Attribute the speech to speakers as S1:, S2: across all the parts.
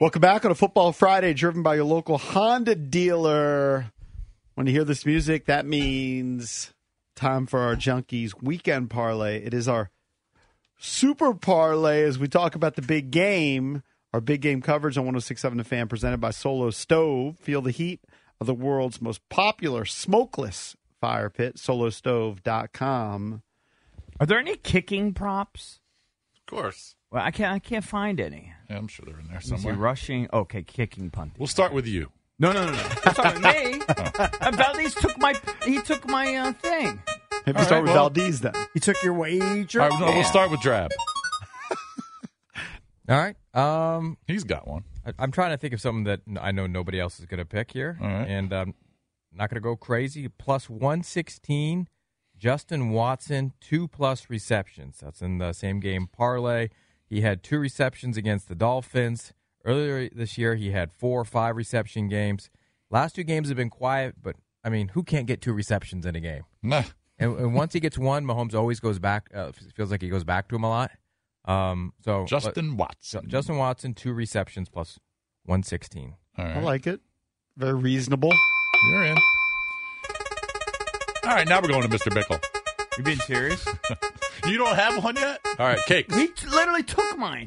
S1: Welcome back on a Football Friday, driven by your local Honda dealer. When you hear this music, that means time for our Junkies weekend parlay. It is our super parlay as we talk about the big game, our big game coverage on 1067 The Fan, presented by Solo Stove. Feel the heat of the world's most popular smokeless fire pit, solostove.com.
S2: Are there any kicking props?
S3: Of course.
S2: Well, I can't. I can't find any.
S3: Yeah, I'm sure they're in there
S2: Is he
S3: somewhere.
S2: rushing? Okay, kicking punting.
S3: We'll start with you.
S2: No, no, Oh. no, no. That's not with me. Uh, Valdez took my. He took my uh, thing.
S1: Maybe
S3: All
S1: start
S3: right,
S1: with
S3: well-
S1: Valdez then.
S4: You took your wager.
S3: All right, Uh, no, we'll start with Drab.
S5: All right. Um,
S3: He's got one.
S5: I, I'm trying to think of something that n- I know nobody else is going to pick here,
S3: All right.
S5: and um, not going to go crazy. Plus one sixteen, Justin Watson two plus receptions. That's in the same game parlay. He had two receptions against the Dolphins earlier this year. He had four or five reception games. Last two games have been quiet, but I mean, who can't get two receptions in a game?
S3: Nah.
S5: And, and once he gets one, Mahomes always goes back. Uh, f- feels like he goes back to him a lot. Um, so let-
S3: Justin Watson.
S5: Ju- Justin Watson, two receptions plus 116.
S3: All right.
S1: I like it. Very reasonable.
S3: You're in. All right, now we're going to Mr. Bickle.
S2: You being serious?
S3: You don't have one yet? All right, cakes.
S2: he t- literally took mine.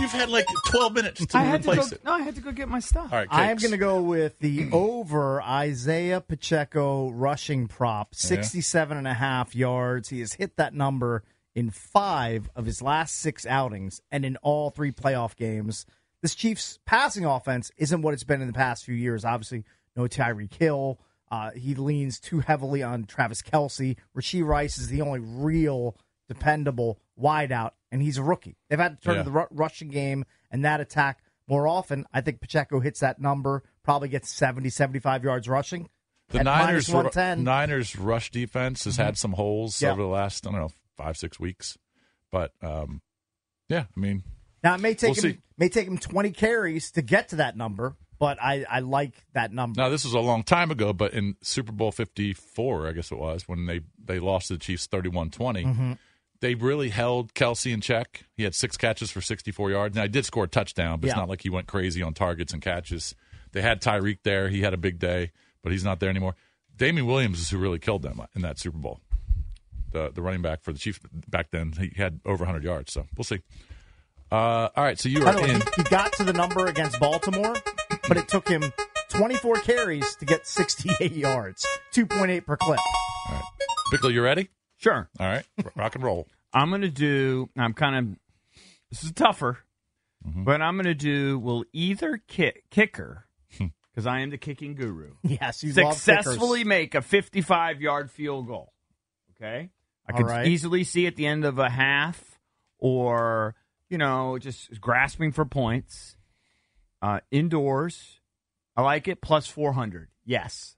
S3: You've had like 12 minutes to
S2: I had to go.
S3: replace it.
S2: No, I had to go get my stuff.
S3: All right, cakes.
S4: I'm going to go with the over Isaiah Pacheco rushing prop, 67 and a half yards. He has hit that number in five of his last six outings and in all three playoff games. This Chiefs passing offense isn't what it's been in the past few years. Obviously, no Tyreek Hill. Uh, he leans too heavily on Travis Kelsey. Rasheed Rice is the only real dependable wideout, and he's a rookie. They've had to turn
S3: Yeah.
S4: to the ru- rushing game and that attack more often. I think Pacheco hits that number, probably gets 70, 75 yards rushing.
S3: The
S4: At
S3: Niners,
S4: minus 110.
S3: Niners rush defense has
S2: Mm-hmm.
S3: had some holes
S4: Yeah.
S3: over the last, I don't know, five, six weeks. But, um, yeah, I mean,
S4: Now it may take
S3: We'll
S4: him
S3: see.
S4: may take him 20 carries to get to that number, but I, I like that number.
S3: Now this was a long time ago, but in Super Bowl fifty four, I guess it was, when they, they lost to the Chiefs 31-20, Mm-hmm. they really held Kelsey in check. He had six catches for sixty four yards. Now he did score a touchdown, but it's
S4: Yeah.
S3: not like he went crazy on targets and catches. They had Tyreek there, he had a big day, but he's not there anymore. Damien Williams is who really killed them in that Super Bowl. The the running back for the Chiefs back then, he had over hundred yards, so we'll see. Uh, all right, so you
S4: By
S3: are
S4: the way,
S3: in.
S4: he, he got to the number against Baltimore, but it took him 24 carries to get 68 yards, 2.8 per clip.
S3: Bickle, you ready?
S2: Sure.
S3: All right, rock and roll.
S2: I'm gonna do. I'm kind of. This is tougher, but I'm gonna do. Will either kick kicker, because I am the kicking guru,
S4: Yes, you love kickers.
S2: successfully make a 55 yard field goal? Okay, I
S4: All
S2: could
S4: right.
S2: easily see at the end of a half, or you know, just grasping for points. Uh, indoors, I like it. Plus 400. Yes,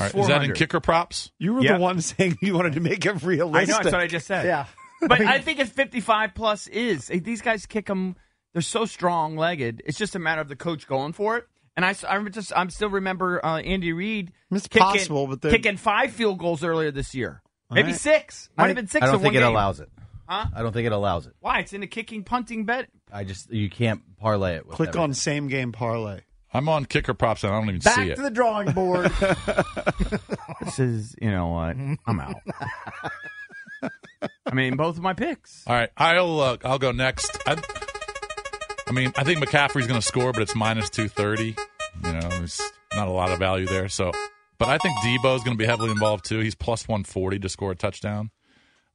S3: All right, is
S2: 400.
S3: that in kicker props?
S1: You were
S2: Yeah.
S1: the one saying you wanted to make it
S2: I
S1: realistic.
S2: know that's what I just said.
S4: Yeah.
S2: But I think it's 55 plus is. These guys kick them. They're so strong legged. It's just a matter of the coach going for it. And I, I remember just I am still remember uh, Andy Reid
S1: It's
S2: kicking,
S1: possible, but they're-
S2: kicking five field goals earlier this year. Maybe
S1: right.
S2: six. Might
S6: I-
S2: have been six.
S6: I don't
S2: in
S6: think
S2: one
S6: it
S2: game.
S6: allows it.
S2: Huh?
S6: I don't think it allows it.
S2: Why? It's in the kicking punting bet.
S6: I just you can't parlay it. With
S1: Click on
S6: everything.
S1: same game parlay.
S3: I'm on kicker props and I don't even
S4: Back
S3: see it.
S4: to the drawing board.
S2: This is you know what? I'm out. I mean, both of my picks.
S3: All right, I'll uh, I'll go next. I, I mean, I think McCaffrey's going to score, but it's minus two thirty. You know, there's not a lot of value there. So, but I think Debo's going to be heavily involved too. He's plus one forty to score a touchdown.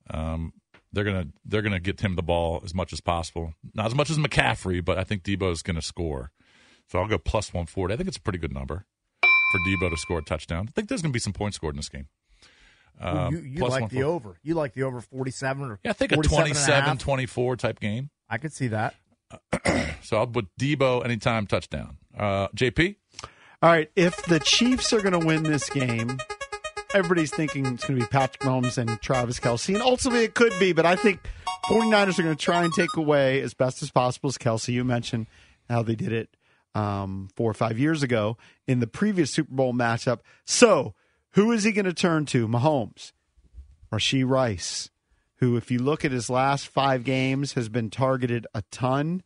S3: Um, They're gonna they're gonna get him the ball as much as possible. Not as much as McCaffrey, but I think Debo is gonna score. So I'll go plus one forty. I think it's a pretty good number for Debo to score a touchdown. I think there's gonna be some points scored in this game. Uh,
S4: you you
S3: plus
S4: like the
S3: 140.
S4: over. You like the over 47 or
S3: Yeah, I think a
S4: 47 and a
S3: 27,
S4: half.
S3: 24 type game.
S4: I could see that.
S3: So I'll put Debo anytime touchdown. Uh, JP,
S1: All right, if the Chiefs are going to win this game, everybody's thinking it's going to be Patrick Mahomes and Travis Kelsey, and ultimately it could be, but I think 49ers are going to try and take away as best as possible, as Kelsey, you mentioned how they did it um, four or five years ago in the previous Super Bowl matchup. So who is he going to turn to? Mahomes, Rasheed Rice, who, if you look at his last five games, has been targeted a ton.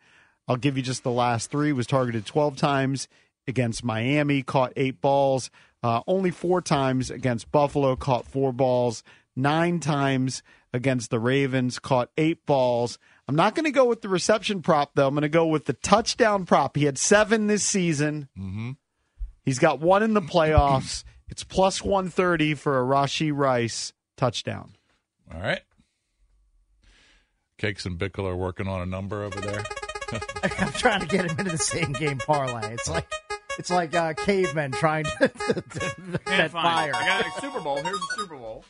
S1: I'll give you just the last three. Was targeted 12 times against Miami, caught eight balls. Uh, only four times against Buffalo, caught four balls. Nine times against the Ravens, caught eight balls. I'm not going to go with the reception prop, though. I'm going to go with the touchdown prop. He had seven this season. He's got one in the playoffs. It's plus 130 for a Rashi Rice touchdown.
S3: all right. Cakes and Bickle are working on a number over there.
S4: I'm trying to get him into the same game parlay. It's like it's like uh, cavemen trying to, to, to
S2: Can't
S4: that
S2: find
S4: fire.
S2: it. I got a Super Bowl. Here's the Super Bowl.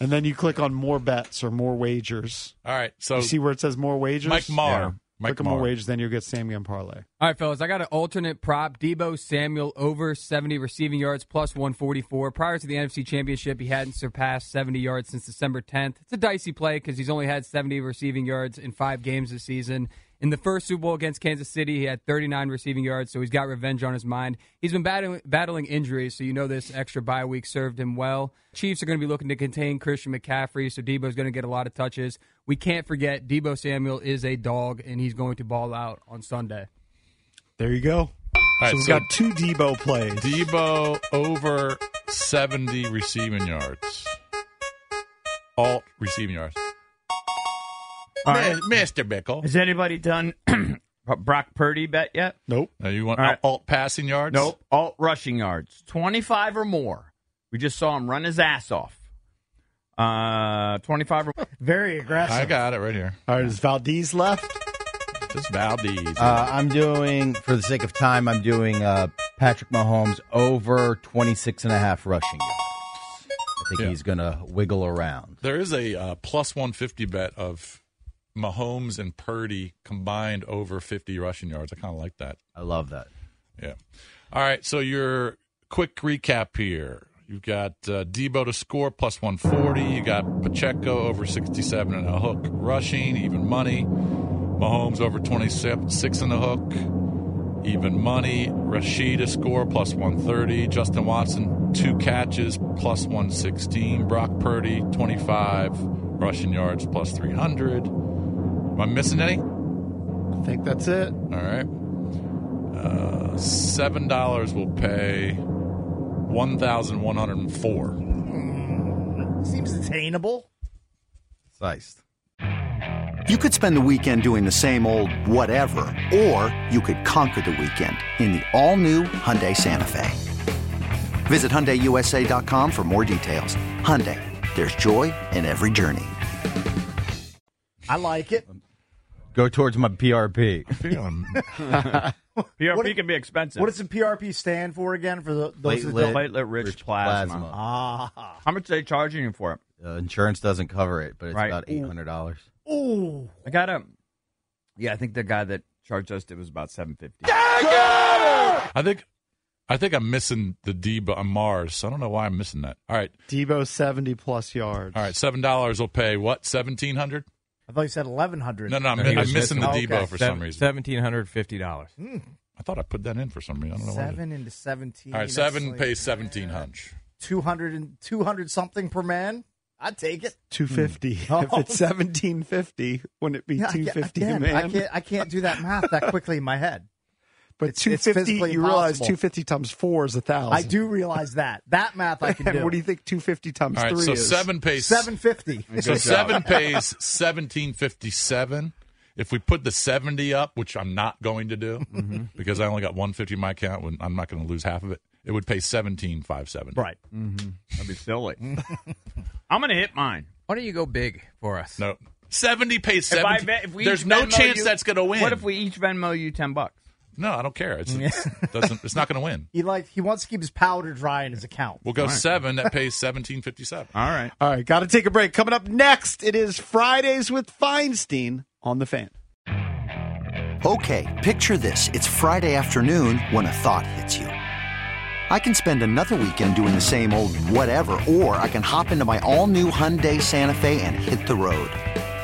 S1: And then you click on more bets or more wagers.
S3: All right, so
S1: You see where it says more wagers?
S3: Mike Marr. Mike
S1: click on more
S3: Marr.
S1: wagers, then you'll get same game parlay.
S5: All right, fellas, I got an alternate prop. Debo Samuel over 70 receiving yards plus 144. Prior to the NFC Championship, he hadn't surpassed 70 yards since December 10th. It's a dicey play because he's only had 70 receiving yards in five games this season. In the first Super Bowl against Kansas City, he had 39 receiving yards, so he's got revenge on his mind. He's been battling, battling injuries, so you know this extra bye week served him well. Chiefs are going to be looking to contain Christian McCaffrey, so Debo's going to get a lot of touches. We can't forget Debo Samuel is a dog, and he's going to ball out on Sunday.
S1: There you go.
S3: All right,
S1: so we've
S3: so-
S1: got two Debo plays.
S3: Debo over 70 receiving yards. Alt receiving yards.
S2: All right.
S3: Mi- Mr. Bickle.
S2: Has anybody done Brock Purdy bet yet?
S1: nope.
S3: Now you want
S2: All right.
S3: alt passing yards?
S2: Nope. Alt rushing yards, 25 or more. We just saw him run his ass off. Uh, 25 or
S4: Very
S3: I
S4: aggressive.
S3: got it right here.
S1: All right, is Valdez left?
S3: Just Valdez.
S6: Uh, I'm doing, for the sake of time, I'm doing uh, Patrick Mahomes over 26 and a half rushing yards. I think
S3: Yeah.
S6: he's going to wiggle around.
S3: There is a uh, plus 150 bet of Mahomes and Purdy combined over 50 rushing yards. I kind of like that.
S6: I love that.
S3: Yeah. All right. So your quick recap here. You've got uh, Debo to score plus 140. You got Pacheco over 67 and a hook rushing, even money. Mahomes over 26 and a hook, even money. Rashid to score plus 130. Justin Watson, two catches plus 116. Brock Purdy, 25 rushing yards plus 300. Am I missing any?
S1: I think that's it.
S3: All right. Uh, Seven dollars will pay one thousand one hundred and four.
S4: Seems attainable.
S6: Sliced.
S7: You could spend the weekend doing the same old whatever, or you could conquer the weekend in the all-new Hyundai Santa Fe. Visit HyundaiUSA.com for more details. Hyundai, there's joy in every journey.
S4: I like it.
S6: Go towards my PRP.
S2: PRP
S4: What if-
S2: can be expensive.
S4: What does the PRP stand for again? For the, those that
S6: Platelet-
S4: don't
S2: platelet rich,
S6: Rich
S2: plasma.
S6: plasma.
S4: ah,
S2: How much are they charging you for it?
S6: Uh, insurance doesn't cover it, but it's
S2: Right.
S6: about $800.
S4: ooh,
S2: I got a. Yeah, I think the guy that charged us it was about 750.
S3: I think, I think I'm missing the Debo on Mars. I don't know why I'm missing that. All right,
S1: Debo 70 plus yards.
S3: all right. Seven dollars will pay what? Seventeen hundred?
S4: I thought you said eleven hundred.
S3: No, no, I'm,
S5: No, he
S3: I'm
S5: was
S3: missing the
S4: missing-
S3: Debo
S4: okay.
S3: for
S5: Sev-
S3: some reason.
S5: $1,750.
S3: I thought I put that in for some reason. I don't know why. I did.
S4: Seven into seventeen.
S3: All right, seven pays seventeen hundred.
S4: 200 and 200 something per man. I'd take it.
S1: 250. If it's 1750, wouldn't it be
S4: Yeah, I can't-
S1: 250
S4: again,
S1: man?
S4: I can't. I can't do that math that quickly in my head.
S1: but
S4: it's- it's
S1: 250,
S4: physically
S1: you realize
S4: impossible.
S1: 250 times 4 is a 1000.
S4: I do realize that. That math I can
S1: And
S4: do.
S1: what do you think 250 times
S3: All right,
S1: 3
S3: so
S1: is?
S3: seven pays
S4: Seven fifty.
S3: So seven pays seventeen fifty seven. If we put the seventy up, which I'm not going to do
S2: Mm-hmm.
S3: because I only got one fifty in my account, when I'm not going to lose half of it. It would pay seventeen five seven.
S4: Right.
S2: That'd be silly. I'm going to hit mine.
S5: Why don't you go big for us?
S3: No. 70 pays
S2: If I
S3: 70.
S2: bet- if we
S3: There's
S2: each
S3: no
S2: Venmo
S3: chance
S2: you-
S3: that's going to win.
S2: What if we each Venmo you ten bucks?
S3: No, I don't care. It's, it's, doesn't, it's not going to win.
S4: He like he wants to keep his powder dry in his account.
S3: We'll go seven. That pays 1757.
S2: All right.
S1: All right, got to take a break. Coming up next, it is Fridays with Feinstein on the fan.
S7: Okay, picture this. It's Friday afternoon when a thought hits you. I can spend another weekend doing the same old whatever, or I can hop into my all new Hyundai Santa Fe and hit the road.